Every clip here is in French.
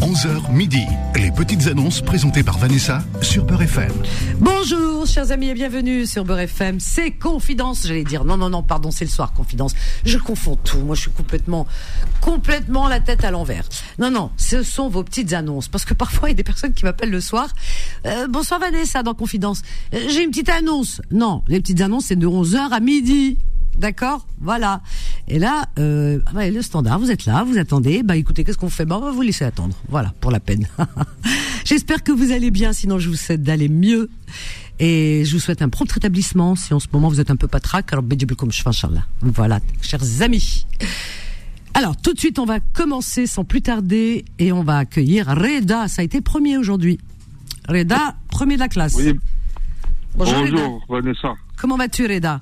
11h midi. Les petites annonces présentées par Vanessa sur Beurre FM. Bonjour, chers amis, et bienvenue sur Beurre FM. C'est Confidence, j'allais dire. Non, non, non, pardon, c'est le soir, Confidence. Je confonds tout. Moi, je suis complètement, complètement la tête à l'envers. Non, non, ce sont vos petites annonces. Parce que parfois, il y a des personnes qui m'appellent le soir. Euh, bonsoir, Vanessa, dans Confidence. Euh, J'ai une petite annonce. Non, les petites annonces, c'est de 11h à midi. D'accord Voilà. Et là, euh, ah ouais, le standard, vous êtes là, vous attendez. Bah écoutez, qu'est-ce qu'on fait Bah on va vous laisser attendre. Voilà, pour la peine. J'espère que vous allez bien, sinon je vous souhaite d'aller mieux. Et je vous souhaite un prompt rétablissement. Si en ce moment vous êtes un peu patraque, alors bédjibul comme je fais, Inch'Allah. Voilà, chers amis. Alors, tout de suite, on va commencer sans plus tarder et on va accueillir Reda. Ça a été premier aujourd'hui. Reda, premier de la classe. Oui. Bonjour, Reda. Vanessa. Comment vas-tu, Reda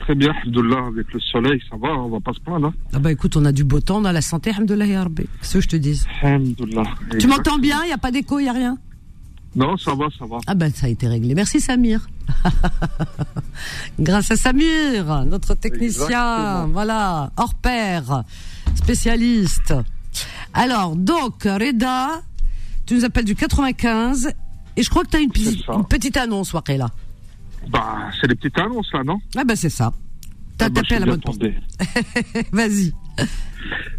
Très bien, Abdullah, avec le soleil, ça va, on va pas se plaindre. hein. Ah bah écoute, on a du beau temps, on a la santé, alhamdoulilah ya Rabbi. Qu'est-ce que je te dis Alhamdoulilah. Tu Exact. m'entends bien Il n'y a pas d'écho, il n'y a rien Non, ça va, ça va. Ah ben ça a été réglé. Merci Samir. Grâce à Samir, notre technicien, Exactement. voilà, hors pair, spécialiste. Alors, donc, Reda, tu nous appelles du 95 et je crois que tu as une, petite- C'est ça. une petite annonce, là. Bah, c'est les petites annonces, là, non Ah ben c'est ça. T'as Ah bah, tapé à je la bonne suis porte. Eh, attendu. Vas-y.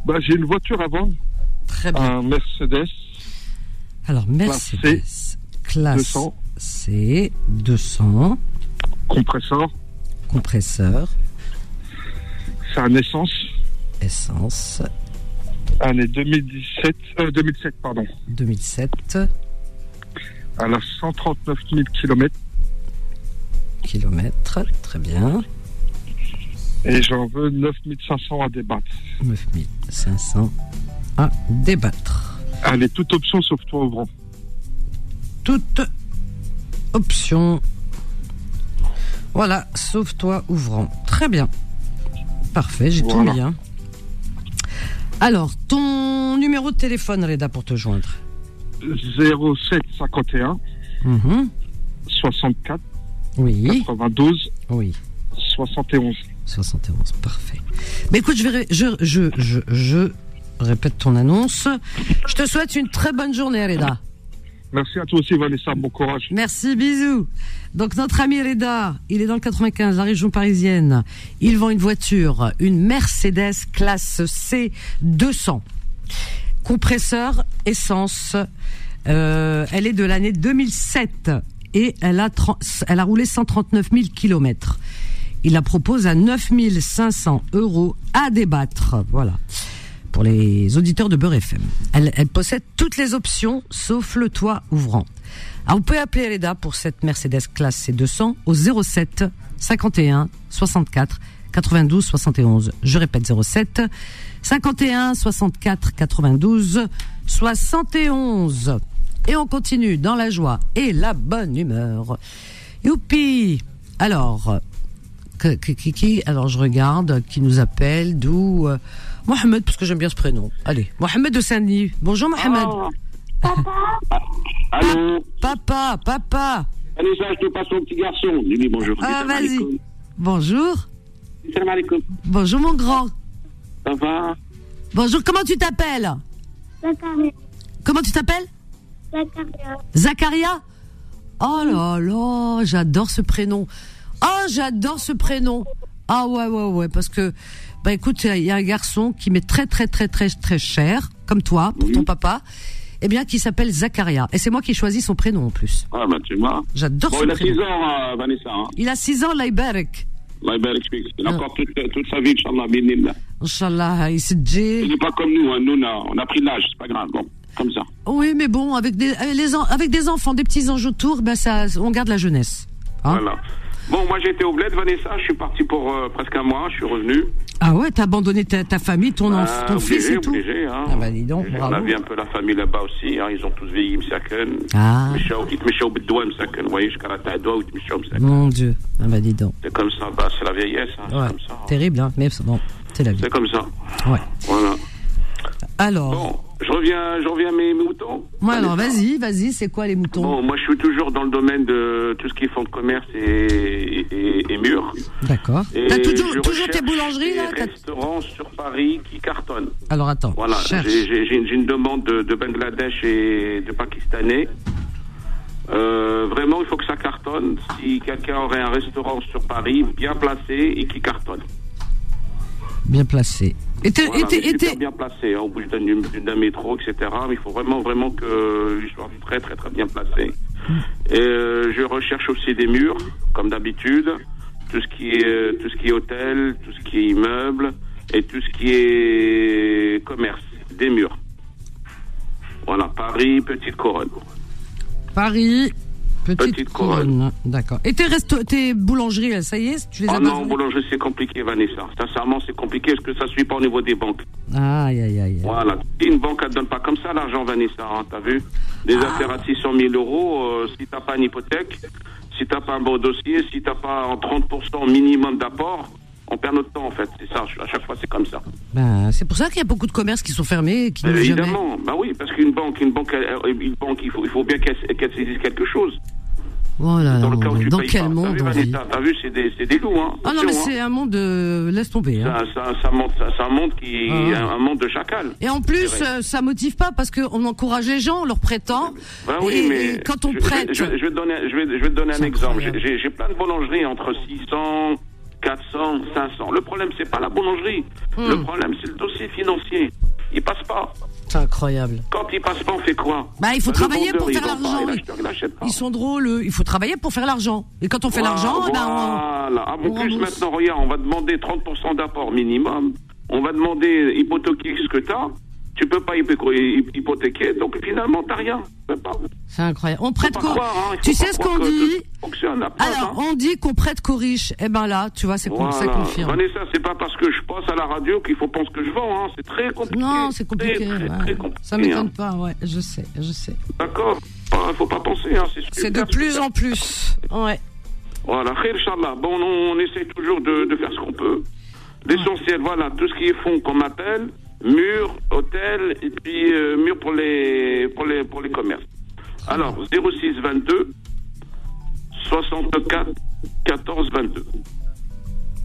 Bah, j'ai une voiture à vendre, Très bien. un Mercedes Alors, classe Mercedes, classe 200. C, 200, compresseur, compresseur, c'est un essence, essence, année 2017, euh, 2007, pardon. 2007 Elle a 139 000 km km. Très bien. et j'en veux 9500 à débattre. 9500 à débattre. Elle est toute option sauf toi ouvrant. Toute option. Voilà, sauf toi ouvrant. Très bien. Parfait, j'ai Voilà. tout mis. hein. Alors, ton numéro de téléphone, Reda, pour te joindre. 07 51 Mhm. 64 Oui, 92 oui. 71. 71, parfait. Mais écoute, je, vais ré- je, je, je, je répète ton annonce. Je te souhaite une très bonne journée, Reda. Merci à toi aussi, Vanessa. Bon courage. Merci, bisous. Donc, notre ami Reda, il est dans le 95, la région parisienne. Il vend une voiture, une Mercedes classe C 200. Compresseur, essence. Euh, elle est de l'année 2007 et elle a, tren- elle a roulé 139 000 kilomètres. Il la propose à 9 500 euros à débattre. Voilà. Pour les auditeurs de Beurre FM. Elle, elle possède toutes les options sauf le toit ouvrant. Ah, vous pouvez appeler Reda pour cette Mercedes classe C200 au 07 51 64 92 71. Je répète 07 51 64 92 71. Et on continue dans la joie et la bonne humeur. Youpi Alors, que- que- qui, qui- alors je regarde, qui nous appelle, d'où euh, Mohamed, parce que j'aime bien ce prénom. Allez, Mohamed de Saint-Denis. Bonjour Mohamed. Oh. Allô Papa, papa. Allez, ça, je te passe mon petit garçon. Lui, lui, bonjour. Ah, Salam vas-y. alaikum. Bonjour. Salam alaikum. Bonjour mon grand. Ça va Bonjour, comment tu t'appelles Zacharia. Comment tu t'appelles Zacharia. Zacharia Oh là là, j'adore ce prénom. Oh, j'adore ce prénom. Ah ouais, ouais, ouais, parce que, bah écoute, il y a un garçon qui m'est très, très, très, très, très cher, comme toi, pour ton papa, eh bien, qui s'appelle Zacharia. Et c'est moi qui ai choisi son prénom en plus. Ah, ben, tu vois. J'adore Bon, ce il a 6 prénom. ans, euh, Vanessa. Hein. Il a 6 ans, Laiberek. Allah y barik fik. Il a Ah. encore toute, toute sa vie, Inch'Allah, binillah. Inch'Allah, il s'est dit- Il n'est pas comme nous, hein. nous, on a, on a pris l'âge, c'est pas grave. Bon, comme ça. Oui, mais bon, avec des, avec les en- avec des enfants, des petits anges autour, ben ça, on garde la jeunesse. Hein Voilà. Bon, moi, j'étais au bled, Vanessa. Je suis parti pour euh, presque un mois. Je suis revenu. Ah ouais, t'as abandonné ta, ta famille, ton, enf- Ah, ton obligé, fils et tout obligé, hein. Ah bah dis donc, Obligé. bravo. On a vu un peu la famille là-bas aussi. Hein. Ils ont tous vieilli, Msaken. Ah. Mshao- Ils te méchaient au Msaken. Vous voyez, je carate à doigt, ils te méchaient au Msaken. Mon Dieu, ah bah dis donc. C'est comme ça, bah, c'est la vieillesse, hein, Ouais, c'est comme ça. terrible, hein, mais c'est bon, c'est la vie. C'est comme ça, Ouais. voilà. Alors, Bon, Je reviens, je reviens à mes moutons. Moi, Oh. alors, vas-y, vas-y, c'est quoi les moutons Bon, moi je suis toujours dans le domaine de tout ce qui est fonds de commerce et, et, et murs. D'accord. Et T'as toujours, je toujours tes recherche boulangeries, des là T'as- restaurants sur Paris qui cartonnent. Alors, attends, Voilà, cherche. j'ai j'ai- j'ai une, j'ai une demande de, de Bangladesh et de Pakistanais. Euh, vraiment, il faut que ça cartonne. Si quelqu'un aurait un restaurant sur Paris, bien placé et qui cartonne. Bien placé. Et t'es- Voilà, et t'es- mais et t'es- super bien placé, hein, au bout d'un d'un métro, etc. Mais il faut vraiment, vraiment que je sois très, très, très bien placé. Et euh, je recherche aussi des murs, comme d'habitude, tout ce qui est, euh, tout ce qui est hôtel, tout ce qui est immeuble et tout ce qui est commerce, des murs. Voilà, Paris, petite couronne. Paris, petite, Petite couronne. couronne. D'accord. Et tes, resto- tes boulangeries, là, ça y est, tu les as Ah pas non, fait boulangerie, c'est compliqué, Vanessa. Sincèrement, c'est compliqué parce que ça suit pas au niveau des banques. Aïe, aïe, aïe. Voilà. Si une banque, elle ne donne pas comme ça l'argent, Vanessa, hein, t'as vu Des Ah. affaires à 600 000 euros, euh, si t'as pas une hypothèque, si t'as pas un bon dossier, si t'as pas un 30% minimum d'apport, on perd notre temps, en fait. C'est ça, à chaque fois, c'est comme ça. Ben, c'est pour ça qu'il y a beaucoup de commerces qui sont fermés et qui n'ouvrent jamais. Évidemment, bah oui, parce qu'une banque, une banque, elle- elle- une banque, il faut, il faut bien qu'elle qu'elle saisisse quelque chose. Voilà. Dans le cas où Oh tu Ah Dans payes quel pas. monde T'as on vu, vit Vanessa, t'as vu, c'est des, c'est des loups, hein. Ah non, mais Attention, c'est hein. un monde de... Laisse tomber. hein. Ça, ça, ça monte, ça, ça monte qui, Ah. un, un monde de chacal. Et en plus, C'est vrai. euh, ça motive pas parce qu'on encourage les gens, on leur prétend. Ben oui, et, mais et quand on je, prête. Je, je- je vais te donner, je vais, je vais te donner un C'est exemple. incroyable. J'ai- J'ai j'ai plein de boulangeries entre 600, 400, 500. Le problème, c'est pas la boulangerie. Hmm. Le problème, c'est le dossier financier. Il passe pas. C'est incroyable. Quand il passe pas, on fait quoi Bah, Ben, il faut Le travailler vendeur, pour il faire vend pas, l'argent. et l'acheteur, il achète pas. Ils sont drôles, eux. il faut travailler pour faire l'argent. Et quand on fait l'argent, eh ben, on- Voilà. on Ah, En plus, rembourse. maintenant, regarde, on va demander 30% d'apport minimum. On va demander hypothéquer ce que t'as. Tu peux pas hypothé- hypothéquer, donc finalement, t'as rien. Tu peux pas. c'est incroyable. On prête Faut pas qu'aux- croire, hein, il Tu faut sais pas ce croire qu'on que dit tout fonctionne à plein, Alors, hein. on dit qu'on prête qu'aux riches. Eh ben là, tu vois, c'est con- ça Voilà. confirme. Vanessa, c'est pas parce que je passe à la radio qu'il faut penser que je vends. Hein. C'est très compliqué. Non, c'est compliqué. Très, très, ouais. très compliqué, Ça m'étonne hein. pas, ouais, je sais, je sais. D'accord. Pas- faut pas penser. Hein. C'est C'est de super, plus super. en plus. Ouais. Voilà. Khair, Inch'Allah. Bon, on, on essaie toujours de, de faire ce qu'on peut. L'essentiel, voilà, tout ce qui est fonds qu'on m'appelle, mur, hôtel, et puis euh, mur pour les, pour les, pour les commerces. Alors, 06 22 64 14 22.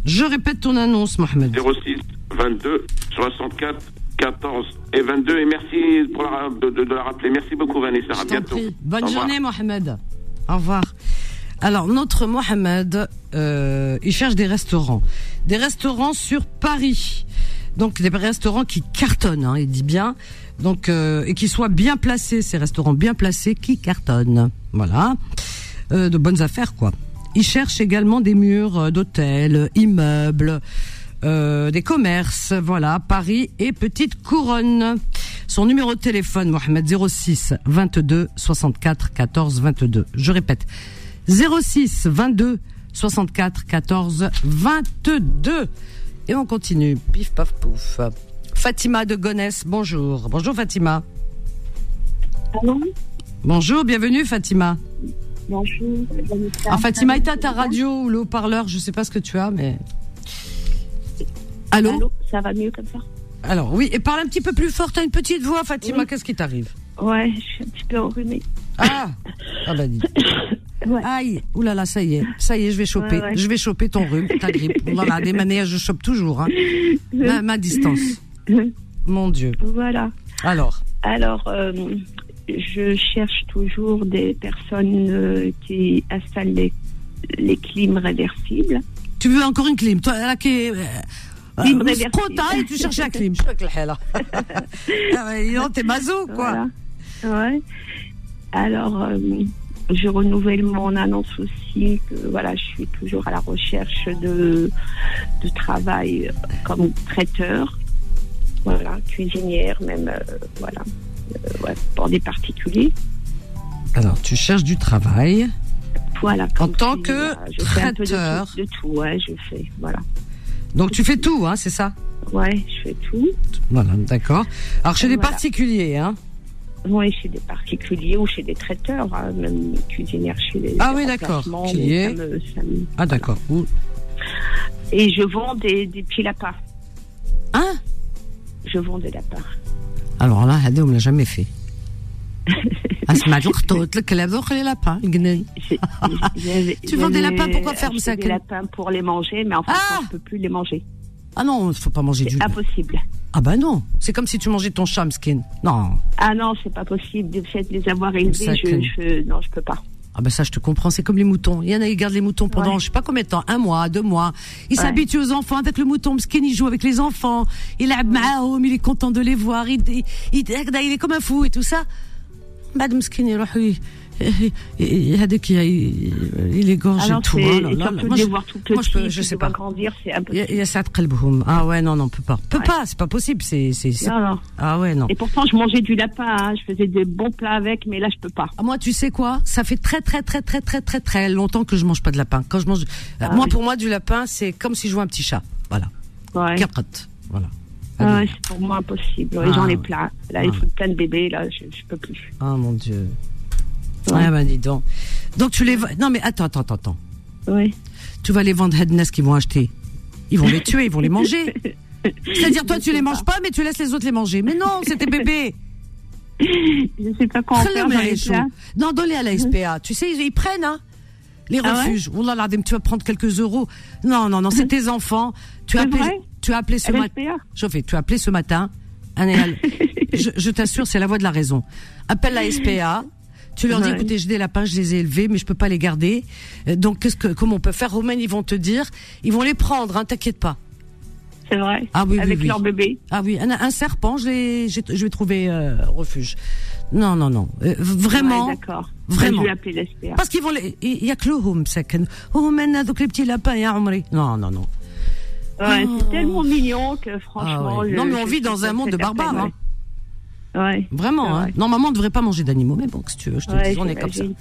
Je répète ton annonce, Mohamed. 06 22 64 14 et 22 et merci pour la, de, de- de la rappeler. Merci beaucoup Vanessa. Je À t'en bientôt. prie. Bonne Au revoir. journée, Mohamed. Au revoir. Alors, notre Mohamed, euh, il cherche des restaurants. Des restaurants sur Paris. Donc, des restaurants qui cartonnent, hein, il dit bien. Donc, euh, et qui soient bien placés, ces restaurants bien placés qui cartonnent. Voilà. Euh, de bonnes affaires, quoi. Il cherche également des murs euh, d'hôtels, immeubles, euh, des commerces, voilà, Paris et Petite Couronne. Son numéro de téléphone, Mohamed, 06 22 64 14 22. Je répète, 06 22 64 14 22. Et on continue. Pif, paf, pouf. Fatima de Gonesse, bonjour. Bonjour Fatima. Allô Bonjour, bienvenue Fatima. Bonjour, Vanessa. Alors Fatima, éteins ta radio ou le haut-parleur, je sais pas ce que tu as, mais... Allô, Allô, ça va mieux comme ça Alors oui, et parle un petit peu plus fort, t'as une petite voix Fatima, qu'est-ce qui t'arrive Ouais, je suis un petit peu enrhumée. Ah Ah bah dis. Ouais. Aïe, oulala, ça y est, ça y est, je vais choper, Ouais, ouais. je vais choper ton rhume, ta grippe. Voilà, des manières, je chope toujours, hein. Ma, ma distance. Mon Dieu. Voilà. Alors, Alors, euh, je cherche toujours des personnes euh, qui installent les, les clims réversibles. tu veux encore une clim Toi, là qui est. euh, Clim euh, réversible. trop tard et tu cherches la clim. Je sais que le hell, hein. Ah ouais, dis donc, t'es maso, quoi. Voilà. Ouais. Alors, euh, je renouvelle mon annonce aussi que voilà, je suis toujours à la recherche de, de travail euh, comme traiteur, voilà, cuisinière, même euh, voilà, euh, ouais, pour des particuliers. Alors, tu cherches du travail. Voilà. En comme tant si, que voilà, je fais un peu de tout- traiteur. de tout, ouais, je fais, voilà, Donc, tu fais tout, hein, c'est ça ouais, je fais tout. Voilà, d'accord. Alors, chez les Voilà. particuliers, hein. Oui, chez des particuliers ou chez des traiteurs, hein, même cuisinière chez les. Ah les oui, d'accord. remplacements, Qu'il y mais ait. ça me- ça me- Ah, d'accord. Ou- Et je vends des, des petits lapins. Hein Je vends des lapins. Alors là, هذا on l'a jamais fait. اسمع القطوط الكلاب وخلي لابان القناي J'ai- j'avais- Tu vends des j'avais lapins, pourquoi faire, acheté Moussa Des Ken lapins pour les manger, mais enfin, Ah je ne peux plus les manger. Ah non, faut pas manger du lait. Impossible. Ah bah non, c'est comme si tu mangeais ton chat mesquine. Non. Ah non, c'est pas possible. De fait de les avoir Moussa élevés, je, Ken. je, non, je peux pas. Ah bah ça je te comprends, c'est comme les moutons. Il y en a ils gardent les moutons pendant Ouais. je sais pas combien de temps, un mois, deux mois. Ils Ouais. s'habituent aux enfants avec le mouton, Mskin il joue avec les enfants, il a معاهم, il est content de les voir, il, il, il, هكذا, il est comme un fou et tout ça. بعد مسكين يروح ي- ي- هذاك ي- il égorge Alors, et tout. Ah Oh c'est, là et là surtout là. de Moi, les je- voir tout moi, je peux- petits, je puis sais de voir pas. grandir, c'est Il y a- impossible. il y a ça de قلبهم. Ah ouais, non, non, peut pas. Peut Ouais. pas, c'est pas possible, c'est, c'est, c'est- Non, non. Ah ouais, non. Et pourtant, je mangeais du lapin, hein. je faisais des bons plats avec, mais là, je peux pas. Ah, Moi, tu sais quoi Ça fait très très très très très très très longtemps que je mange pas de lapin. Quand je mange, Euh, moi Ah oui. pour moi du lapin, c'est comme si je jouais un petit chat. Voilà. Ouais. Carotte. Voilà. Ah ouais, c'est pour moi impossible. Les Ah. gens les plein. Là, Ah. il faut plein de bébés. Là, je, je peux plus. Ah mon dieu. Ouais. Ah bah dis donc. Donc tu les vends- non mais attends attends attends, attends. Oui. Tu vas les vendre à Hednes qui vont acheter. Ils vont les tuer, ils vont les manger. C'est-à-dire toi Je tu les sais manges pas mais tu laisses les autres les manger. Mais non, c'est tes bébés. Je sais pas quoi en Très faire. bien, j'en ai les plein. choses. Non, donnez à la SPA. Tu sais, ils, ils prennent, hein. Les Hum. Ah ouais Hum. refuges. Wallah, l'adem, tu vas prendre quelques euros. Non, non, non, c'est tes enfants. Tu as C'est appelé, vrai tu as appelé ce LSPA? matin. Chauffé, tu as appelé ce matin. Anéal, je, je t'assure, c'est la voix de la raison. Appelle la SPA. Tu leur dis, Ouais. écoutez, j'ai des lapins, je les ai élevés, mais je peux pas les garder. Euh, Donc, qu'est-ce que, comment on peut faire? Romaine, ils vont te dire, ils vont les prendre, hein, t'inquiète pas. C'est vrai. Ah oui, oui, Avec oui. leurs bébés. Ah oui, un, un serpent, je l'ai, j'ai- je vais trouver, euh, refuge. Non, non, non. Euh, vraiment. Ouais, D'accord. Vraiment. Je vais appeler l'SPA. Parce qu'ils vont les- il y a que le home second. Oh, maintenant, donc les petits lapins, ya Omri. Non, non, non. Ouais, Oh. c'est tellement mignon que franchement. Ah ouais. je- Non, mais on je vit suis dans tout un à monde fait de barbares, d'appel, Ouais. Ouais. Vraiment, C'est hein. vrai. Normalement, on ne devrait pas manger d'animaux, mais bon, que si tu veux, je te Ouais, dis, on est comme ça. j'imagine.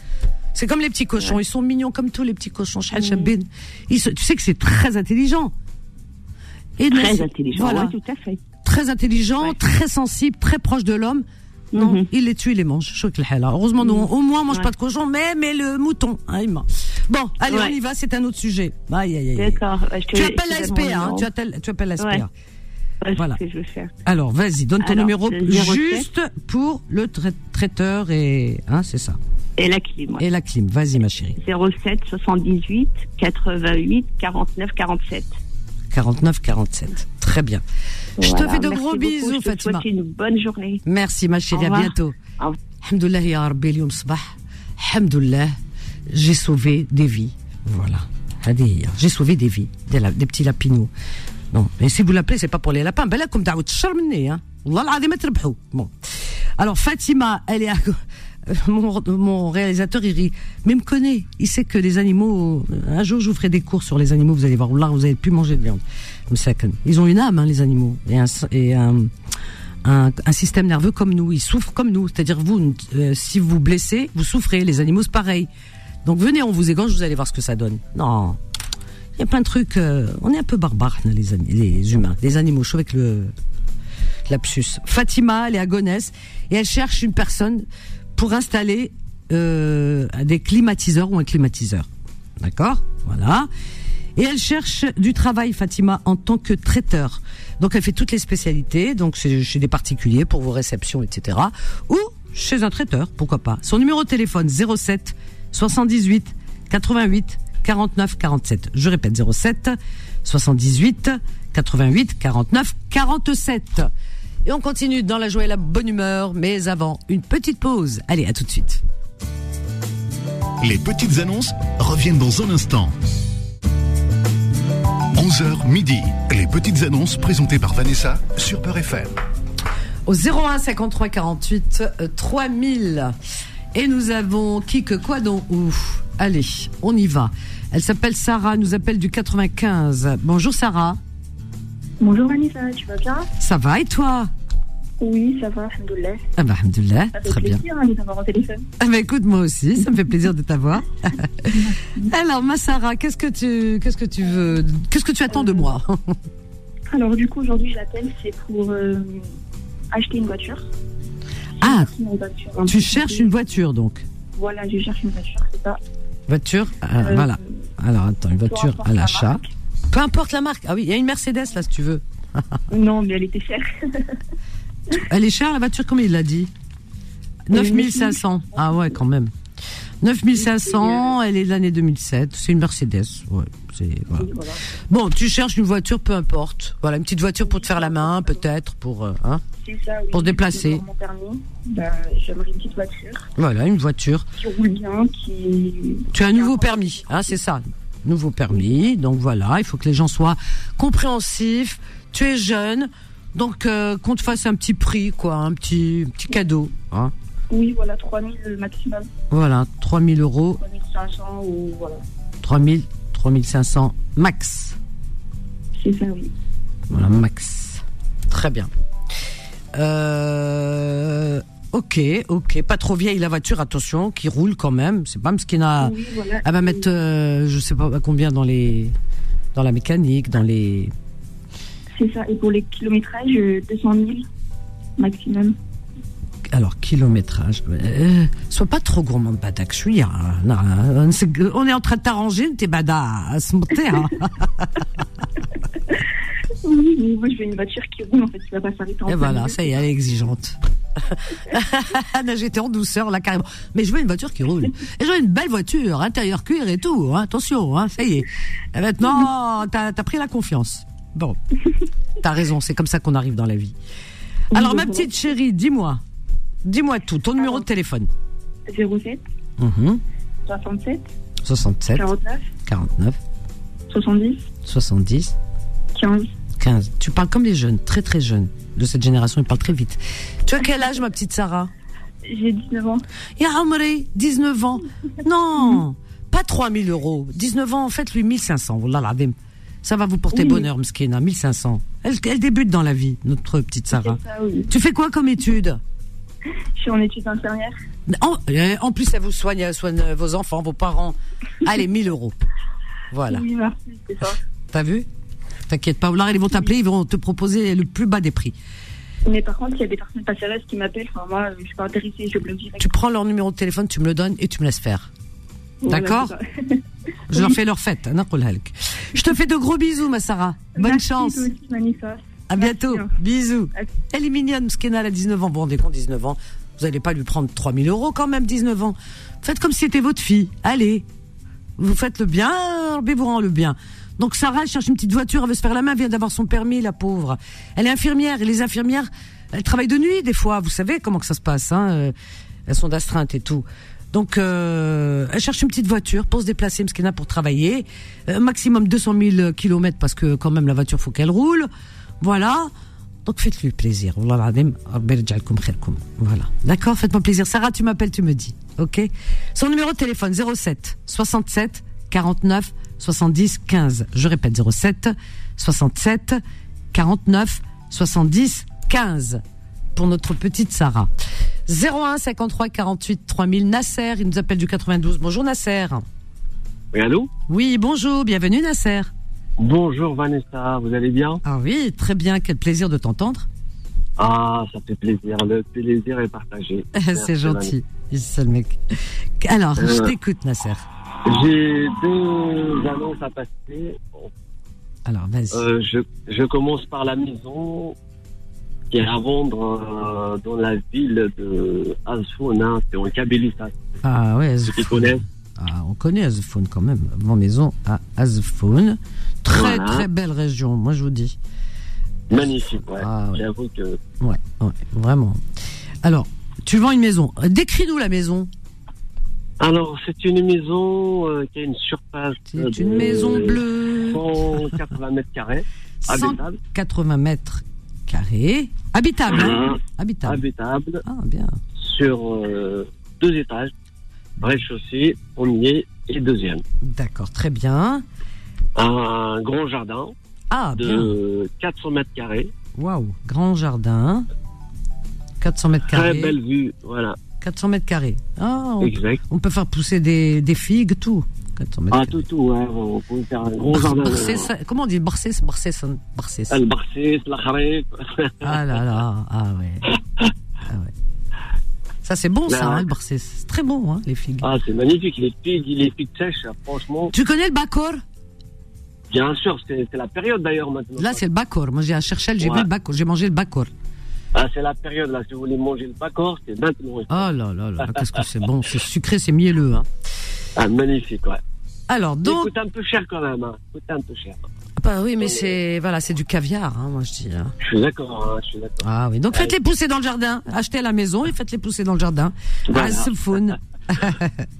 C'est comme les petits cochons, ils sont mignons comme tous les petits cochons. Chal Mm. Chabin. Ils se- tu sais que c'est très intelligent. Et Très mais- intelligent. voilà. Ouais, tout à fait. Très intelligent, Ouais. très sensible, très proche de l'homme. Non, Mhm. il les tue, il les mange. Choc le halal. Heureusement, nous, on- au moins, on mange Ouais. pas de cochon, mais, mais le mouton. hein, il m'a- Bon, allez, Ouais. on y va, c'est un autre sujet. Aïe, aïe, aïe, aïe. D'accord. Ouais, je te- Tu je appelles te la donne mon SPA, hein, numéro. tu appelles, tu appelles la hein. SPA. Ouais. Ouais, voilà. C'est ce que je veux faire. Alors, vas-y, donne ton Alors, numéro le 07. juste pour le trai- traiteur et hein, c'est ça. Et la clim. ouais. Et la clim, vas-y ma chérie. 07 78 88 49 47. 49 47. Très bien. je te Voilà. fais de Merci gros beaucoup. bisous Je te Fatima. souhaite une bonne journée. Merci ma Au chérie, à revoir. bientôt. Au revoir. Alhamdoulilah ya Rabbi, اليوم صباح. Alhamdoulilah, j'ai sauvé des vies. Voilà. هذه هي. J'ai sauvé des vies, des, la- des petits lapinots. Non, et si vous l'appelez, c'est pas pour les lapins. Ben là, comme دعوة الشر مني, hein. والله العظيم ما تربحوا. Bon. Alors Fatima, elle est à... Euh, mon, mon réalisateur, il rit. Mais il me connaît. Il sait que les animaux. euh, Un jour, je vous ferai des cours sur les animaux. Vous allez voir. Là, vous allez plus manger de viande. Moussakane. Ils ont une âme, hein, les animaux. Et un, et un, un, un système nerveux comme nous. Ils souffrent comme nous. C'est-à-dire, vous, euh, si vous blessez, vous souffrez. Les animaux, c'est pareil. Donc, venez, on vous égorge, vous allez voir ce que ça donne. Non. Il y a plein de trucs. euh, on est un peu barbares, nous, les, ani- les humains. Les animaux. Je suis avec le lapsus. Fatima, elle est à Gonesse et elle cherche une personne pour installer euh, des climatiseurs ou un climatiseur. D'accord Voilà. Et elle cherche du travail, Fatima, en tant que traiteur. Donc elle fait toutes les spécialités, donc chez, chez des particuliers pour vos réceptions, etc. Ou chez un traiteur, pourquoi pas. Son numéro de téléphone 07 78 88 49 47. Je répète 07 78 88 49 47. Et on continue dans la joie et la bonne humeur, mais avant une petite pause. Allez, à tout de suite. Les petites annonces reviennent dans un instant. 11h midi, les petites annonces présentées par Vanessa sur Peur FM. Au 01 53 48 euh, 3000. Et nous avons qui que quoi donc ouf. Allez, on y va. Elle s'appelle Sarah, nous appelle du 95. Bonjour Sarah, Bonjour Anissa, tu vas bien ça va et toi Oui, ça va, alhamdoulilah. ah bah, alhamdoulilah, Ça fait très bien. plaisir hein, de t'avoir au téléphone. Ah bah, écoute, moi aussi, ça me fait plaisir de t'avoir. Alors, ma Sarah, qu'est-ce que tu, qu'est-ce que tu veux, qu'est-ce que tu attends de moi Alors du coup, aujourd'hui, je l'appelle, c'est pour euh, acheter une voiture. Ah, Une voiture, un tu petit cherches peu. une voiture donc. Voilà, je cherche une voiture, c'est ça. Voiture, euh, Euh, voilà. Alors attends, une peu voiture importe à la l'achat. marque. Peu importe la marque. Ah oui, il y a une Mercedes là si tu veux. Non, mais elle était chère. Elle est chère la voiture, combien il l'a dit 9500. Ah ouais, quand même. 9500, elle est de l'année 2007. C'est une Mercedes. Ouais, c'est- voilà. Bon, tu cherches une voiture, peu importe. Voilà, une petite voiture pour te faire la main, peut-être, pour. euh, hein. C'est ça, oui. Pour se déplacer. J'ai mon permis. Bah, J'aimerais une petite voiture Voilà, une voiture. qui roule bien, qui. Tu as un nouveau permis, hein, c'est ça. Nouveau permis, donc voilà, il faut que les gens soient compréhensifs. Tu es jeune, donc euh, qu'on te fasse un petit prix, quoi, un petit, petit cadeau. Hein. Oui, voilà, 3000 maximum, Voilà, 3000 euros, 3500 ou voilà. 3000, 3500 max. C'est ça, oui. Voilà, max. Très bien. Euh, ok, ok, pas trop vieille la voiture, attention, qui roule quand même. C'est pas parce qu'il a... oui, voilà. Elle va Ah mettre, euh, je sais pas combien dans les, dans la mécanique, dans les. C'est ça. Et pour les kilométrages, euh, 200 000 maximum. Alors kilométrage. Euh, sois pas trop gourmand de badak, je suis. hein. Non, on sait que- on est en train de t'arranger, t'es bada à se monter. hein. Oui, mais moi, je veux une voiture qui roule, en fait, qui va pas s'arrêter en Et plein voilà, milieu. ça y est, elle est exigeante. Là, J'étais en douceur là carrément. Mais je veux une voiture qui roule. Et je veux une belle voiture, intérieur cuir et tout. hein. Attention, hein, ça y est. Et maintenant, t'as as pris la confiance. Bon, t'as raison, c'est comme ça qu'on arrive dans la vie. Oui, Alors ma voilà. petite chérie, dis-moi, dis-moi tout. Ton numéro de téléphone. 07, Mhm. 67, 67 49, 49 70, 70 15. 15. Tu parles comme les jeunes, très très jeunes de cette génération, ils parlent très vite. Tu as quel âge ma petite Sarah J'ai 19 ans. Ya Amri, 19 ans. Non, pas 3000 euros. 19 ans, en fait, lui, 1500. Wallah l'azim. Ça va vous porter Oui. bonheur, Mskina, 1500. Elle, elle débute dans la vie, notre petite Sarah. C'est ça, oui. Tu fais quoi comme étude Je suis en études inférieures. en, euh, en plus, elle vous soigne, elle soigne euh, vos enfants, vos parents. Allez, 1000 euros. Voilà. Oui, merci, c'est ça. T'as vu T'inquiète pas, Wallah, ils vont t'appeler, ils vont te proposer le plus bas des prix. Mais par contre, il y a des personnes pas sérieuses qui m'appellent. Enfin, moi, euh, je suis pas intéressée, je bloque direct. Tu prends leur numéro de téléphone, tu me le donnes et tu me laisses faire. Voilà, D'accord. c'est ça. Je leur fais leur fête. hein, n'aqul halk. Je te fais de gros bisous, ma Sarah. Bonne Merci, chance. toi aussi, Manissa. À Merci, bientôt. hein. Bisous. Merci. Elle est mignonne, Mskena, elle a 19 ans. Bon, dès qu'on 19 ans, vous n'allez pas lui prendre 3000 euros quand même, 19 ans. Faites comme si c'était votre fille. Allez. Vous faites le bien, Rabbi vous rend le bien. Donc Sarah, elle cherche une petite voiture, elle veut se faire la main, elle vient d'avoir son permis, la pauvre. Elle est infirmière, et les infirmières, elles travaillent de nuit des fois, vous savez comment que ça se passe. Hein euh, Elles sont d'astreinte et tout. Donc, euh, elle cherche une petite voiture pour se déplacer, Mskena, pour travailler. Euh, maximum 200 000 kilomètres parce que quand même la voiture, faut qu'elle roule. Voilà. Donc faites-lui plaisir. Wallah l'azim, Rabbi yarja'alkoum khairkoum. Voilà. D'accord, faites-moi plaisir. Sarah, tu m'appelles, tu me dis. OK Son numéro de téléphone 07 67 49 70 15. Je répète 07 67 49 70 15 pour notre petite Sarah. 01 53 48 3000 Nasser, il nous appelle du 92. Bonjour Nasser. Oui, allô Oui, bonjour, bienvenue Nasser. Bonjour Vanessa, vous allez bien Ah oui, très bien, quel plaisir de t'entendre. Ah, ça fait plaisir, le plaisir est partagé. C'est Merci, gentil. C'est le mec. Alors, je Euh. t'écoute, Nasser. Vanessa. J'ai deux annonces à passer. Alors, vas-y. Euh, je, je commence par la maison qui est à vendre euh, dans la ville de Asfouna, c'est en Kabylie, ça. ah ouais, Ceux qui Azfoun. connaissent, Ah, on connaît Azfoun quand même. Vend maison à Azfoun. Très, Voilà. très belle région, moi je vous dis. magnifique, ouais. Ah, ouais. J'avoue que Ouais, ouais, vraiment. Alors, tu vends une maison. Euh, Décris-nous la maison. Alors, c'est une maison euh, qui a une surface. C'est Euh, une maison bleue, Oh, 180 mètres carrés, habitable. 180 mètres carrés. Habitable, hein Hein, Habitable. habitable, Ah, bien. sur euh, deux étages, rez-de-chaussée, premier et deuxième. D'accord, très bien. Un grand jardin Ah, bien. de 400 mètres carrés, Waouh, grand jardin. 400 mètres très carrés. belle vue, voilà, 400 mètres carrés. Ah, on, exact. on peut faire pousser des, des figues, tout. 400 mètres Ah, carrés. tout, tout, ouais, on peut faire un grand jardin. Barcès- comment on dit Barcès, Barcès, Barcès. Le Barcès, la Kharif, Ah là là, ah ouais. Ah ouais. Ça, c'est bon, ça, Là. hein, le Barcès. C'est très bon, hein, les figues. Ah, c'est magnifique, les figues, les figues sèches, euh, franchement. Tu connais le Bacor Bien sûr, c'est c'est la période d'ailleurs maintenant. Là, c'est le Bacor. Moi, j'ai à Cherchel, j'ai Ouais. vu le Bacor. J'ai mangé le Bacor. Ah, c'est la période là, si vous voulez manger le pacor, c'est maintenant. Oh là là là, qu'est-ce que c'est bon, c'est sucré, c'est mielleux. Hein. Ah, magnifique, ouais. Alors, Il donc. coûte un peu cher quand même, hein. Il coûte un peu cher. Bah oui, mais c'est voilà, c'est du caviar, hein, moi je dis. hein. Je suis d'accord, hein, je suis d'accord. Ah oui, donc faites-les pousser dans le jardin. Achetez à la maison et faites-les pousser dans le jardin. Voilà. Azefoun.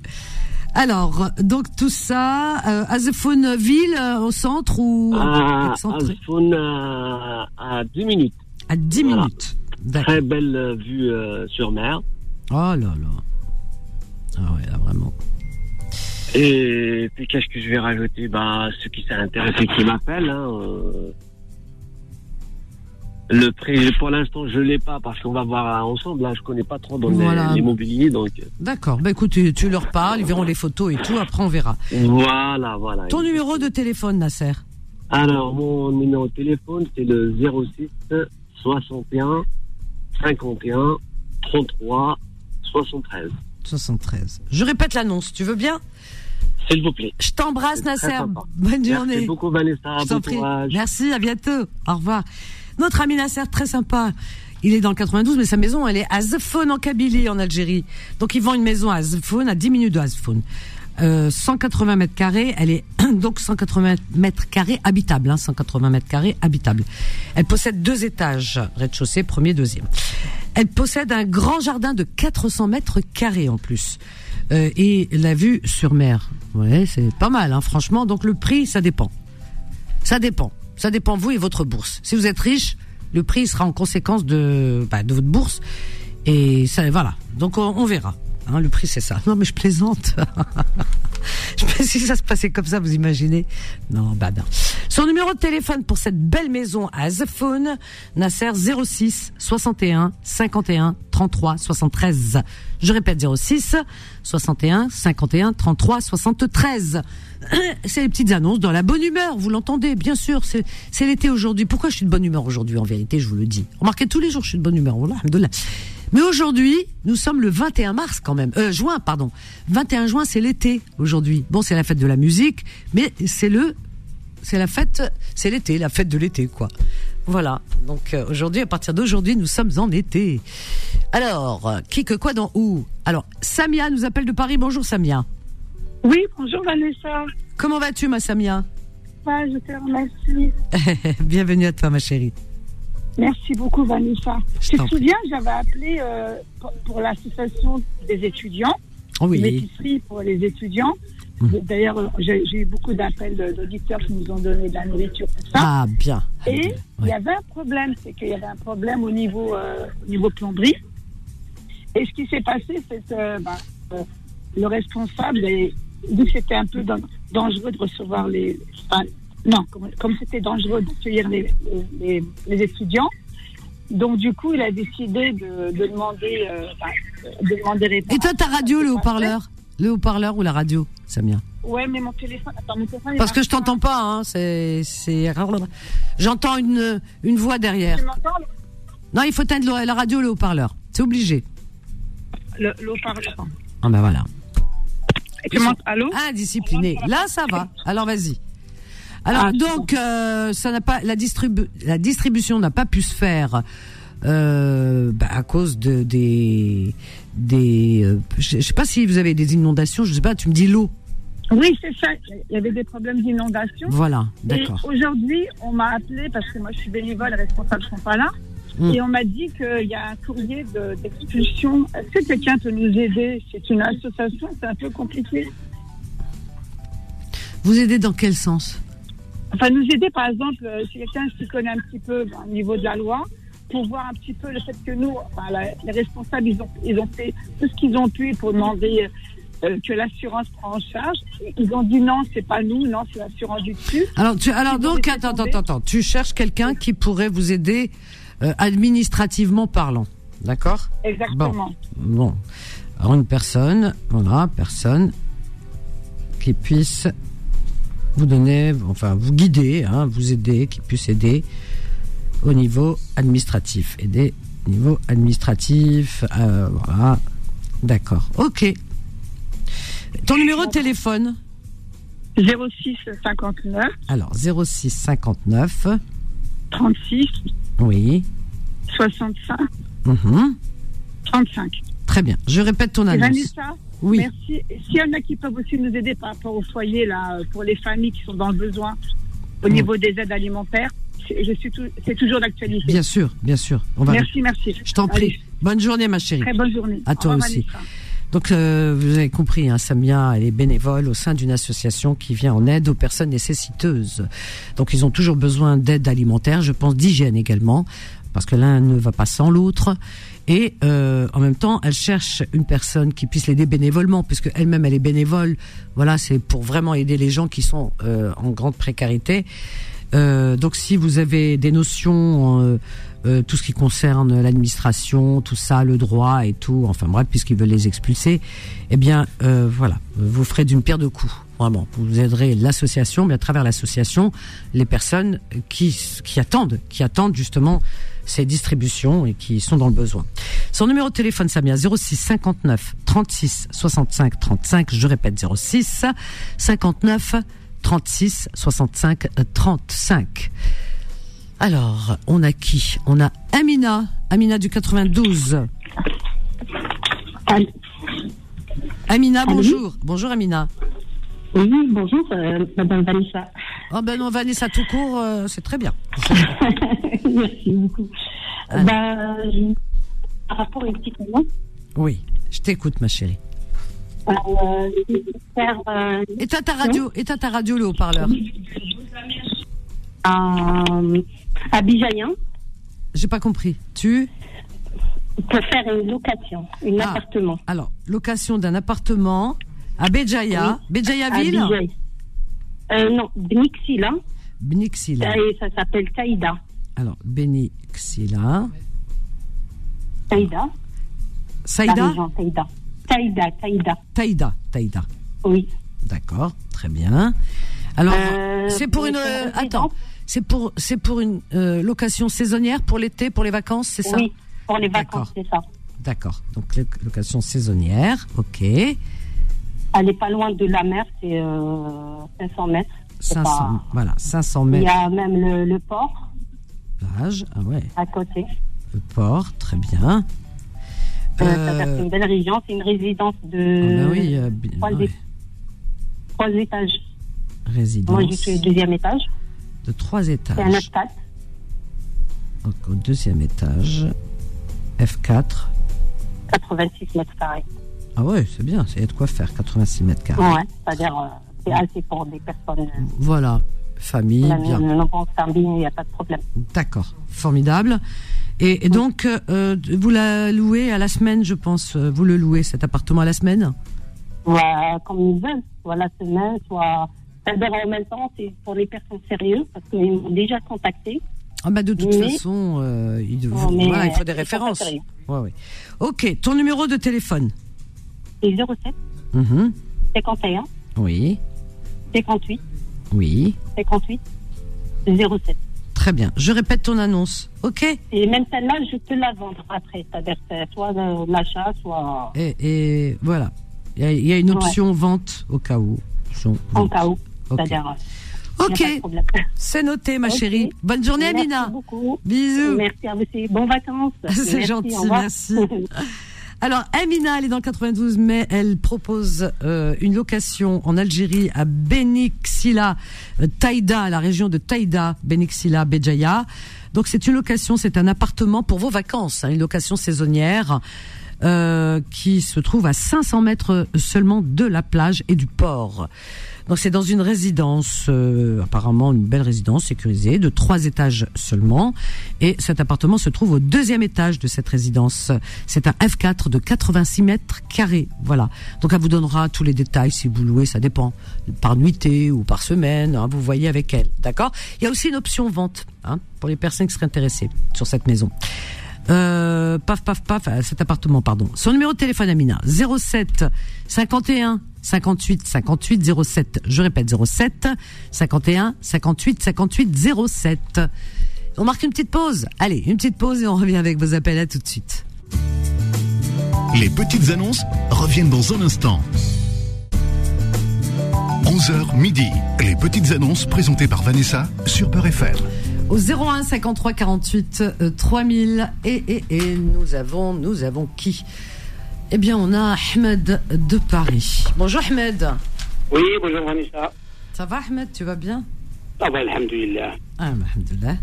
Alors, donc tout ça, euh, Azefoun ville euh, au centre ou Ah, excentré Alphone, euh, à 10 minutes. à 10 voilà. minutes. D'accord. Très belle euh, vue euh, sur mer. Oh là là. Ah ouais, là vraiment. Et puis qu'est-ce que je vais rajouter Bah ceux qui sont intéressés qui m'appellent. hein, euh, Le prix, pour l'instant, je l'ai pas parce qu'on va voir euh, ensemble. Là, je connais pas trop dans les- Voilà. l'immobilier, donc euh, D'accord. Bah écoute, tu, tu leur parles, ils verront les photos et tout, après on verra. voilà, voilà. Ton numéro de téléphone, Nasser Alors mon numéro de téléphone c'est le 06 61 51 33 73. 73. Je répète l'annonce, tu veux bien S'il vous plaît. Je t'embrasse, C'est très Nasser. sympa. Bonne Merci journée. beaucoup Vanessa. Je bon t'en prie. courage. Merci, à bientôt. Au revoir. Notre ami Nasser, très sympa. Il est dans le 92, mais sa maison, elle est à Zfon, en Kabylie, en Algérie. Donc, il vend une maison à Zfon, à 10 minutes de Zfon. Euh, 180 mètres carrés, elle est donc 180 mètres carrés habitable, hein, 180 mètres carrés habitable. Elle possède deux étages, rez-de-chaussée, premier, deuxième. Elle possède un grand jardin de 400 mètres carrés en plus. Euh, et la vue sur mer, ouais, c'est pas mal, hein, franchement. Donc le prix, ça dépend. Ça dépend. Ça dépend vous et votre bourse. Si vous êtes riche, le prix sera en conséquence de, bah, de votre bourse. Et ça, voilà. Donc on, on verra. Hein, le prix, c'est ça. Non, mais je plaisante. je sais pas si ça se passait comme ça, vous imaginez Non, bah non. Son numéro de téléphone pour cette belle maison à Zephone, Nasser 06 61 51 33 73. Je répète 06 61 51 33 73. C'est les petites annonces dans la bonne humeur, vous l'entendez, bien sûr. C'est c'est l'été aujourd'hui. Pourquoi je suis de bonne humeur aujourd'hui En vérité, je vous le dis. Remarquez, tous les jours, je suis de bonne humeur. Wallah, alhamdoulilah. Mais aujourd'hui, nous sommes le 21 mars quand même. Euh, juin, pardon. 21 juin, c'est l'été aujourd'hui. Bon, c'est la fête de la musique, mais c'est le c'est la fête, c'est l'été, la fête de l'été, quoi. Voilà. Donc euh, aujourd'hui, à partir d'aujourd'hui, nous sommes en été. Alors, euh, qui que quoi dans où Alors, Samia nous appelle de Paris. Bonjour Samia. Oui, bonjour Vanessa. Comment vas-tu, ma Samia Ah, je te remercie. Bienvenue à toi, ma chérie. Merci beaucoup Vanessa. Je Tu te t'en prie. souviens, j'avais appelé euh, pour- pour l'association des étudiants, Oh une oui. épicerie pour les étudiants. Mmh. Mhm. D'ailleurs, euh, j'ai j'ai eu beaucoup d'appels de- d'auditeurs qui nous ont donné de la nourriture, tout ça. Ah bien. Et il Ouais. y avait un problème, c'est qu'il y avait un problème au niveau, euh, au niveau plomberie. Et ce qui s'est passé, c'est que ben, euh, le responsable, est- vu que c'était un peu dan- dangereux de recevoir les. enfin, non, comme comme c'était dangereux d'accueillir les, les, les étudiants, donc du coup, il a décidé de, de demander, euh, ben, de demander Et réparation. toi, ta radio, le C'est pas haut-parleur Le haut-parleur ou la radio, Samia Ouais, mais mon téléphone. Attends, mon téléphone. il Parce que marche je t'entends pas. Hein, c'est c'est J'entends une une voix derrière. pas. Tu m'entends Non, il faut éteindre la- la radio, le haut-parleur. C'est obligé. le, le haut-parleur. Ah ben voilà. Tu m'entends Allô Ah. indiscipliné. Là, ça va. Alors, vas-y. Alors, Ah, c'est donc, euh, ça n'a pas, la, distribu- la distribution n'a pas pu se faire euh, bah, à cause de, des. des euh, je, je sais pas si vous avez des inondations, je sais pas, tu me dis l'eau. Oui, c'est ça. Il y avait des problèmes d'inondation. Voilà, Et d'accord. aujourd'hui, on m'a appelé parce que moi je suis bénévole, les responsables sont pas là. Mm. Et on m'a dit qu'il y a un courrier de- d'expulsion. Est-ce que quelqu'un peut nous aider C'est une association, c'est un peu compliqué. Vous aidez dans quel sens Enfin, nous aider, par exemple, euh, si quelqu'un s'y connaît un petit peu ben, au niveau de la loi, pour voir un petit peu le fait que nous, enfin, la- les responsables, ils ont, ils ont fait tout ce qu'ils ont pu pour demander euh, que l'assurance prend en charge. Ils ont dit non, c'est pas nous, non, c'est l'assurance du dessus. Alors, tu, alors Si vous donc, laissez attends, attends, tomber. attends, attends. Tu cherches quelqu'un qui pourrait vous aider euh, administrativement parlant. D'accord Exactement. Bon. Alors une personne, voilà, personne qui puisse vous donner, enfin vous guider, hein, vous aider, qui puisse aider au niveau administratif. Aider au niveau administratif, euh, voilà. D'accord. Ok. Ton numéro de téléphone 06 59 Alors 06 59, 36 oui, 65 Mhm. 35. Très bien. Je répète ton Et annonce. Vanessa, Ah, Oui. merci. Et S'il y en a qui peuvent aussi nous aider par rapport au foyer, là, euh, pour les familles qui sont dans le besoin au Mm. niveau des aides alimentaires, c'est- je suis tou- c'est toujours d'actualité. Bien sûr, bien sûr. On va. Merci, merci. Je t'en prie. Bonne journée, ma chérie. Allez, très bonne journée. À Au toi revoir, aussi. Vanessa. Donc, euh, vous avez compris, hein, Samia, elle est bénévole au sein d'une association qui vient en aide aux personnes nécessiteuses. Donc, ils ont toujours besoin d'aide alimentaire, je pense d'hygiène également, parce que l'un ne va pas sans l'autre. Et euh, en même temps, elle cherche une personne qui puisse l'aider bénévolement, puisque elle-même, elle est bénévole. Voilà, c'est pour vraiment aider les gens qui sont euh, en grande précarité. Euh, donc si vous avez des notions, euh, euh, tout ce qui concerne l'administration, tout ça, le droit et tout, enfin bref, puisqu'ils veulent les expulser, eh bien euh, voilà, vous ferez d'une pierre deux coups. Vraiment, vous aiderez l'association, mais à travers l'association, les personnes qui, qui attendent, qui attendent justement ces distributions et qui sont dans le besoin. Son numéro de téléphone, Samia, 06 59 36 65 35, je répète 06 59 36 65 euh, 35. Alors, on a qui On a Amina, Amina du 92. Allô. Amina, Allô bonjour. Bonjour Amina. Oui, bonjour, euh, Madame Vanessa. Oh ben non, Vanessa tout court, euh, c'est très bien. Merci beaucoup. Allô. Bah, je- par rapport à une petite annonce, Oui, je t'écoute ma chérie. euh, je vais faire euh, Éteins ta radio, éteins ta radio le haut-parleur. à Abidjan J'ai pas compris. Tu pour faire une location, un Ah. appartement. Alors, location d'un appartement à Béjaïa, À Béjaïa ville Abidjan. Ah, Euh, non, Bnixila, Benixila. et ça s'appelle Taïda. Alors, Benixila. Taïda, la Saïda région Taïda. Taïda, Taïda, Taïda, Taïda. oui. D'accord, très bien. Alors, Euh, c'est pour oui, une c'est euh, une attends, résidence. c'est pour c'est pour une euh, location saisonnière pour l'été, pour les vacances, c'est ça Oui, pour les D'accord. vacances, c'est ça. D'accord. Donc lo- location saisonnière, OK. Elle est pas loin de la mer, c'est euh, 500 mètres. c'est 500 pas- voilà, 500 Il y mètres a même le, le port de plage. Ah ouais, à côté. le port, très bien. Euh, Euh, ça, C'est une belle région. C'est une résidence ah de bah oui, euh, bi- trois, ouais, é- trois étages. Moi, je résidence suis au deuxième étage. de trois C'est un étages. hôpital. Donc au deuxième étage F4. 86 mètres carrés. Ah ouais, c'est bien, c'est il y a de quoi faire 86 mètres carrés. Ouais, c'est-à-dire, euh, c'est assez pour des personnes. euh, Voilà, famille, la- bien. le nombre en famille, il n'y a pas de problème. D'accord, formidable. Et, et donc, euh, vous la louez à la semaine, je pense. euh, Vous le louez, cet appartement à la semaine Soit euh, comme ils veulent, soit la semaine, soit. C'est-à-dire, en même temps, c'est pour les personnes sérieuses, parce qu'ils m'ont déjà contacté. ah bah De toute Oui. façon, euh, il, vous- mais, voilà, il faut euh, des ils sont références. pas sérieux. Ouais, ouais. Ok, ton numéro de téléphone C'est 07 Mhm. 51 Oui, 58 oui. 58 07. Très bien. Je répète ton annonce, ok Et même celle-là, je peux la vendre après. C'est-à-dire que soit euh, l'achat, soit et, et voilà, il y a- il y, a une Ouais. option vente au cas où. Option en vente. cas où. Ok. C'est-à-dire, euh, il n'y a pas de Ok, problème. c'est noté, ma Ok. chérie. Bonne journée, Merci Amina. beaucoup. Bisous. Merci à vous aussi. Bonnes vacances. C'est Merci, gentil, au revoir. merci. Alors, Amina, elle est dans le 92, mais elle propose euh, une location en Algérie à Benixila, euh, Taïda, la région de Taïda, Benixila, Béjaïa. Donc, c'est une location, c'est un appartement pour vos vacances, hein, une location saisonnière euh, qui se trouve à 500 mètres seulement de la plage et du port. Donc, c'est dans une résidence, euh, apparemment une belle résidence sécurisée, de trois étages seulement. Et cet appartement se trouve au deuxième étage de cette résidence. C'est un F4 de 86 mètres carrés. Voilà. Donc elle vous donnera tous les détails si vous louez, ça dépend. Par nuitée ou par semaine, hein, vous voyez avec elle. D'accord Il y a aussi une option vente hein, pour les personnes qui seraient intéressées sur cette maison. Euh, paf, paf, paf, euh, cet appartement, pardon. Son numéro de téléphone, Amina, 07 51 58 58 07. Je répète, 07 51 58 58 07. On marque une petite pause. Allez, une petite pause et on revient avec vos appels à tout de suite. Les petites annonces reviennent dans un instant. 11h midi, les petites annonces présentées par Vanessa sur Peur FM. au 01 53 48 euh, 3000 et, et, et nous avons nous avons qui Eh bien on a Ahmed de Paris. Bonjour Ahmed. Oui, bonjour Vanessa. Ça va Ahmed, tu vas bien Ça va, alhamdoulilah. Ah, alhamdoulilah.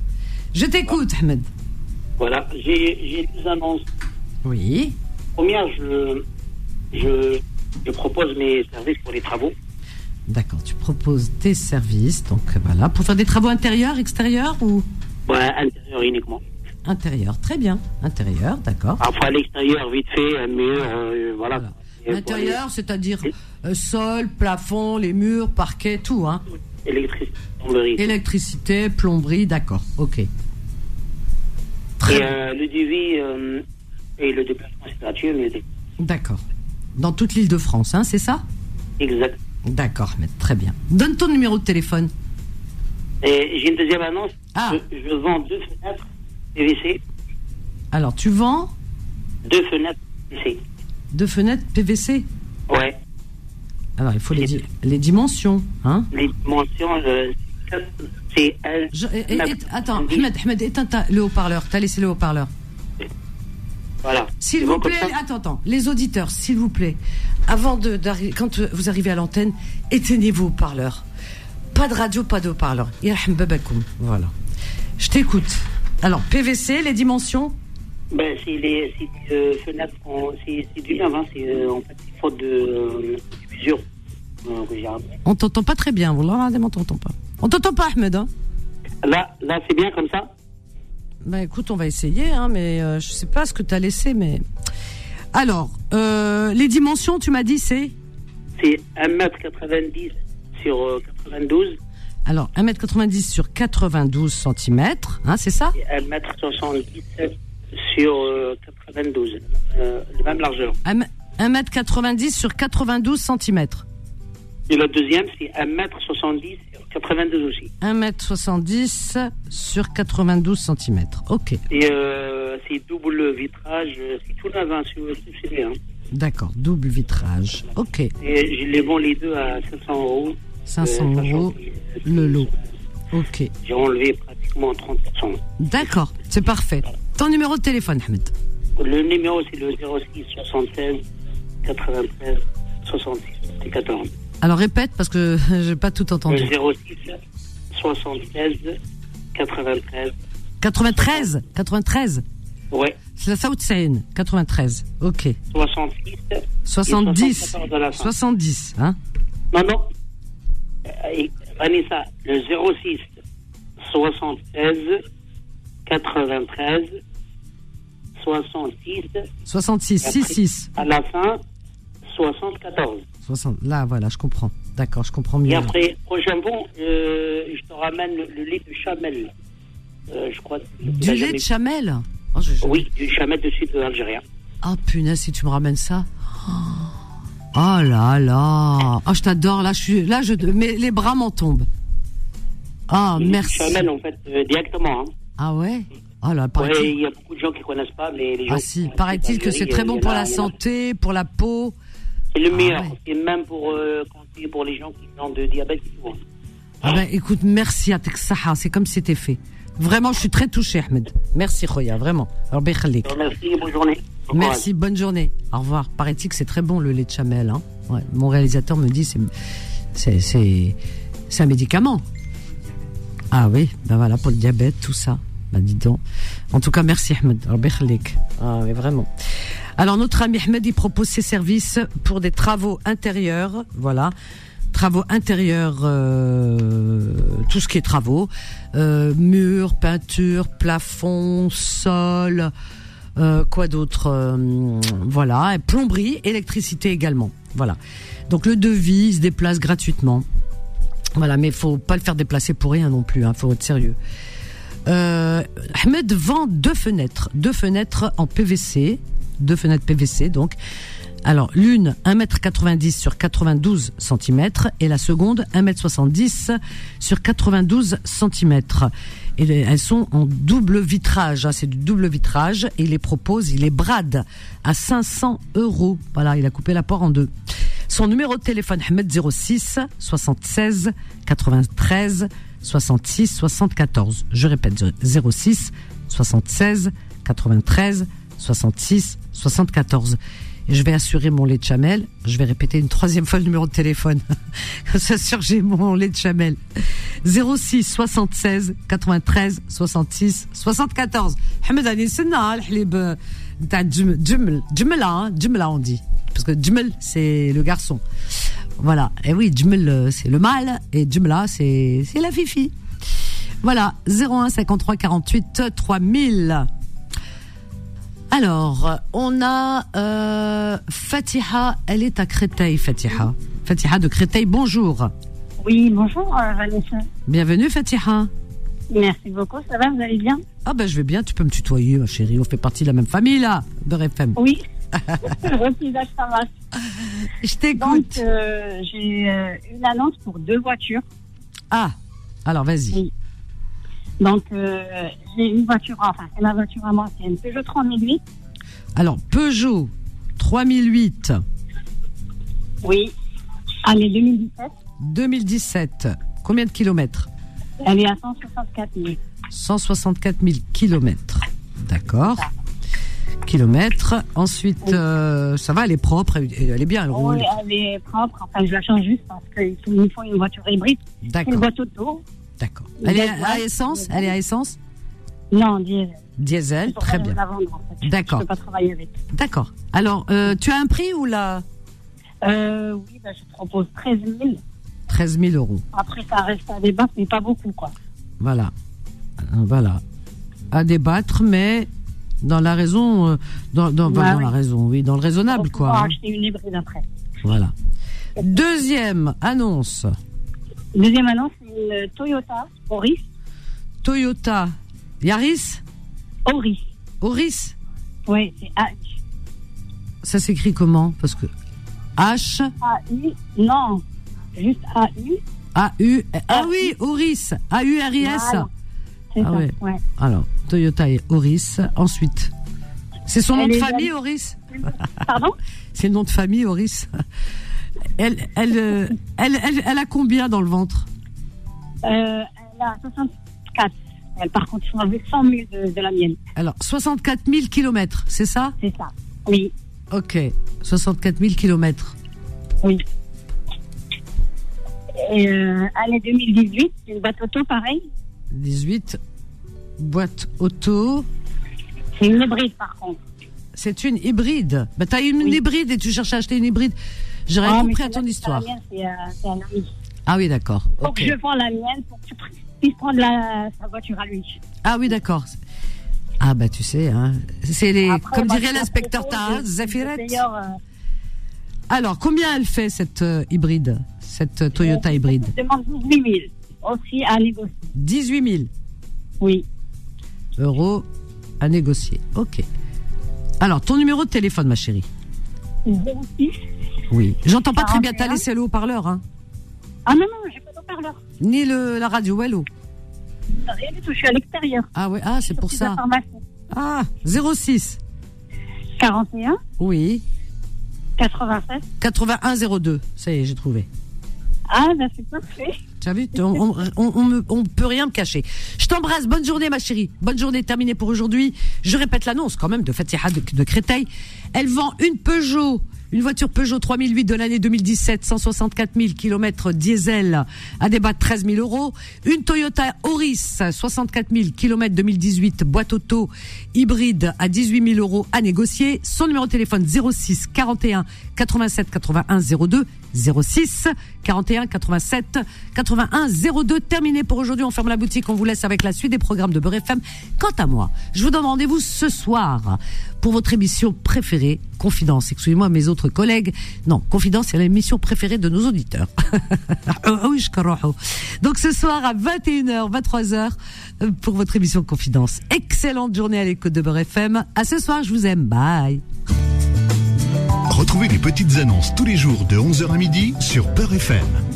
Je t'écoute Ahmed. Voilà, j'ai j'ai deux annonces. Oui. Première, je, je, je propose mes services pour les travaux. D'accord, tu proposes tes services donc voilà pour faire des travaux intérieurs, extérieurs ou Bah, intérieur uniquement. intérieurs Très bien, intérieur, d'accord. Parfois, l'extérieur, vite fait, mais euh, voilà. Voilà. Et L'intérieur, c'est-à-dire euh, sol, plafond, les murs, parquet, tout. Hein. pour les- Électricité, plomberie. Électricité, plomberie, d'accord. Ok. Très Et bien. euh, le devis euh, et le déplacement, c'est gratuit, mais D'accord. Dans toute l'île de France, hein, c'est ça exact. D'accord, mais très bien. Donne ton numéro de téléphone. Et j'ai une deuxième annonce. Ah. Je, je vends deux fenêtres PVC. Alors, tu vends Deux fenêtres PVC. deux fenêtres PVC Ouais. Alors, il faut les, di- les dimensions. Hein Les dimensions, euh, c'est un. Je- et- Bah, et- et- attends, Ahmed, Ahmed, éteins ta- le haut-parleur. T'as laissé le haut-parleur. Voilà. S'il C'est vous bon comme plaît, ça attends, attends, les auditeurs, s'il vous plaît, avant de d'arri- quand euh, vous arrivez à l'antenne, éteignez vos haut-parleurs. Pas de radio, pas de haut-parleur. Yarham babakoum. Voilà. Je t'écoute. Alors, PVC, les dimensions Ben, c'est les c'est, euh, fenêtres, qu'on- c'est c'est du lave, hein, c'est euh, en fait c'est faute de euh, d'usure. Euh, que j'ai rappelé. On t'entend pas très bien, voilà, on t'entend pas. On t'entend pas, Ahmed, hein là, là c'est bien comme ça Bah écoute, on va essayer, hein, mais euh, je sais pas ce que t'as laissé, mais. Alors, euh, les dimensions, tu m'as dit, c'est C'est 1m90 sur euh, 92 Alors, 1m90 sur 92 cm, hein, c'est ça et 1m77 sur euh, 92. Euh, la même largeur. 1m90 sur 92 cm. Et la deuxième, c'est 1m70 sur 92 aussi. 1m70 sur 92 cm. Ok, Et euh, c'est double vitrage, euh, c'est tout neuf, hein, sur- sur- c'est bien. hein. d'accord, double vitrage. Ok, Et je les vends les deux à 500 euros. 500 Euh, euros sachant que- le lot. Ok, J'ai enlevé pratiquement 30%. d'accord, c'est parfait. Ton numéro de téléphone, Ahmed Le numéro, c'est le 06 76 93 66 et 14. Alors répète parce que j'ai pas tout Le entendu. 06 76 93. 93 93 Ouais, C'est la South Seine, 93. Ok. 66. 70 74 à la fin. 70, hein Non, non. Euh, et Vanessa, le 06 76 93 66 66 6 6 à la fin 74. 60. Là voilà, je comprends. D'accord, je comprends mieux. Et là. après, prochain bon, euh, je te ramène le, le lait de chamel. Euh, je crois. que tu l'as Du lait jamais- de chamel Oh, je- je- Oui, du chamel de sud algérien. Ah punaise, si tu me ramènes ça. Oh, Oh là là. Oh, je t'adore. Là, je suis là je mais les bras m'en tombent. Ah, Le lait de merci. Chamel, en fait, euh, directement. hein. Ah ouais Oh là, Ouais, paraît-il. il y a beaucoup de gens qui connaissent pas, mais les gens. Ah qui si, connaissent paraît-il que l'Algérie, c'est très euh, bon il y pour en a- la il y en a- santé, pour la peau. C'est le meilleur. Ah ouais. Et même pour euh, conseiller pour les gens qui ont de diabète. et tout, hein. Ah ben, écoute, merci à Texaha, c'est comme si c'était fait. Vraiment, je suis très touchée, Ahmed. Merci, Khoya, vraiment. Alors, Bekhalik. Je te remercie, bonne journée. Au revoir. Merci, bonne journée. Au revoir. Paraît-il que c'est très bon le lait de chamel. Hein Ouais, mon réalisateur me dit c'est c'est c'est c'est un médicament. Ah oui, ben voilà pour le diabète, tout ça. Ben dis donc. En tout cas, merci Ahmed. Rabbi khalik. Ah oui, vraiment. Alors notre ami Ahmed, il propose ses services pour des travaux intérieurs, voilà. Travaux intérieurs, euh, tout ce qui est travaux, euh, murs, peinture, plafond, sol, euh, quoi d'autre Euh, Voilà, et plomberie, électricité également. Voilà. Donc le devis il se déplace gratuitement. Voilà, mais faut pas le faire déplacer pour rien non plus. Hein, faut être sérieux. Euh, Ahmed vend deux fenêtres, deux fenêtres en PVC, deux fenêtres PVC donc. Alors l'une 1m90 sur 92 cm et la seconde 1m70 sur 92 cm. Et les- elles sont en double vitrage, hein, c'est du double vitrage et il les propose, il les brade à 500 euros. Voilà, il a coupé la porte en deux. Son numéro de téléphone Ahmed 06 76 93 66 74. Je répète, 06 76 93 66 74. Et je vais assurer mon lait de chamel. Je vais répéter une troisième fois le numéro de téléphone. Comme ça, sûr, j'ai mon lait de chamel. 06 76 93 66 74. Ahmed Ali, c'est le hlib, euh, t'as djum- djumel. Djumela, hein, djumela, on dit. Parce que djumel, c'est le garçon. Voilà. Et oui, djumel, euh, c'est le mâle. Et djumela, c'est, c'est la fifi. Voilà. 01 53 48 3000. Alors, on a euh, Fatiha, elle est à Créteil, Fatiha. Fatiha de Créteil, bonjour. Oui, bonjour euh, Vanessa. Bienvenue Fatiha. Merci beaucoup, ça va, vous allez bien Ah ben je vais bien, tu peux me tutoyer ma chérie, on fait partie de la même famille là, de RFM. Oui. Aussi, là, ça marche. Je Donc, euh, j'ai euh, une annonce pour deux voitures. Ah, alors vas-y. Donc, euh, j'ai une voiture, enfin, c'est ma voiture à moi, c'est une Peugeot 3008. Alors Peugeot 3008 Oui. Allez, 2017. 2017, combien de kilomètres Elle est à 164 000. 164 000 kilomètres. D'accord. Kilomètres. Ensuite, euh, ça va, elle est propre, elle elle est bien, elle roule. Oui, Oh, elle est propre, enfin, je la change juste parce qu'il me faut une voiture hybride. D'accord. Une boîte auto. D'accord. Elle est à à essence Elle est à essence Non, diesel. Diesel, très bien. la vendre, en fait. D'accord. Je peux pas travailler avec. D'accord. Alors, euh, tu as un prix ou là Euh, oui, bah, je propose 13 000. 13 000 euros. Après, ça reste à débattre, mais pas beaucoup, quoi. Voilà. Euh, Voilà. À débattre, mais dans la raison. euh, Dans, dans, Bah dans oui. la raison, oui. Dans le raisonnable, On va quoi. hein. acheter une hybride après. Voilà. Deuxième annonce Deuxième annonce, une euh, Toyota Auris. Toyota Yaris Auris. Auris Oui, c'est H. Ça s'écrit comment Parce que. H. A-U. Non, juste A-U. A-U. Ah oui, Auris. A-U-R-I-S. Voilà. C'est Ah ça, ouais. ouais. Alors, Toyota et Horis. Ensuite, c'est son nom Elle de est famille, jeune. Horis Pardon C'est le nom de famille, Horis. Elle, elle, euh, elle, elle, elle a combien dans le ventre Euh, elle a 64. Elle, par contre, ils sont enlevés 100 000 de, de la mienne. Alors, 64 000 kilomètres, c'est ça C'est ça. Oui. Ok, 64 000 kilomètres. Et, euh, année 2018, c'est une boîte auto, pareil. 18, boîte auto. C'est une hybride, par contre. C'est une hybride. Bah, t'as une hybride et tu cherches à acheter une hybride. J'ai rien Ah, mais compris à c'est ton la- histoire. c'est la mienne, C'est euh, c'est un ami. Ah oui, d'accord. Faut ok. que je vends la mienne pour que tu pr- puisses prendre la, sa voiture à lui. Ah oui, d'accord. Ah bah tu sais, hein, c'est les, Après, comme moi, dirait je la l'inspecteur propose, Taha, je- je Zafiret. d'ailleurs, euh, Alors, combien elle fait cette euh, hybride, cette euh, Toyota hybride Je demande 18 000. Aussi à négocier. 18 000 Oui. euros à négocier. Ok. Alors, ton numéro de téléphone, ma chérie. 06. Oui. J'entends pas très bien. T'as 41. laissé le haut-parleur, hein Ah non, non, j'ai pas de parleur. Ni le, la radio, hello. Rien du tout, je suis à l'extérieur. Ah ouais, ah, c'est pour Plus ça. d'informations. Ah, 06. 41, Oui. 96. 8102. Ça y est, j'ai trouvé. Ah, ben c'est parfait. Tu as vu, t- on, on, on- on me- on peut rien me cacher. Je t'embrasse, bonne journée ma chérie. Bonne journée terminée pour aujourd'hui. Je répète l'annonce quand même de Fatiha de, de Créteil. Elle vend une Peugeot, une voiture Peugeot 3008 de l'année 2017, 164 000 km diesel à débat de 13 000 euros. Une Toyota Auris, 64 000 km 2018, boîte auto hybride à 18 000 euros à négocier. Son numéro de téléphone 06 41 87 81 02 06 41 87 81 02. Terminé pour aujourd'hui. On ferme la boutique. On vous laisse avec la suite des programmes de Beurre FM. Quant à moi, je vous donne rendez-vous ce soir pour votre émission préférée, Confidence. Excusez-moi, mes autres collègues. Non, Confidence, c'est l'émission préférée de nos auditeurs. Ah oui, je crois. Donc ce soir à 21h, 23h euh, pour votre émission Confidence. Excellente journée à l'écoute de Beurre FM. À ce soir, je vous aime. Bye. Retrouvez les petites annonces tous les jours de 11h à midi sur Peur FM.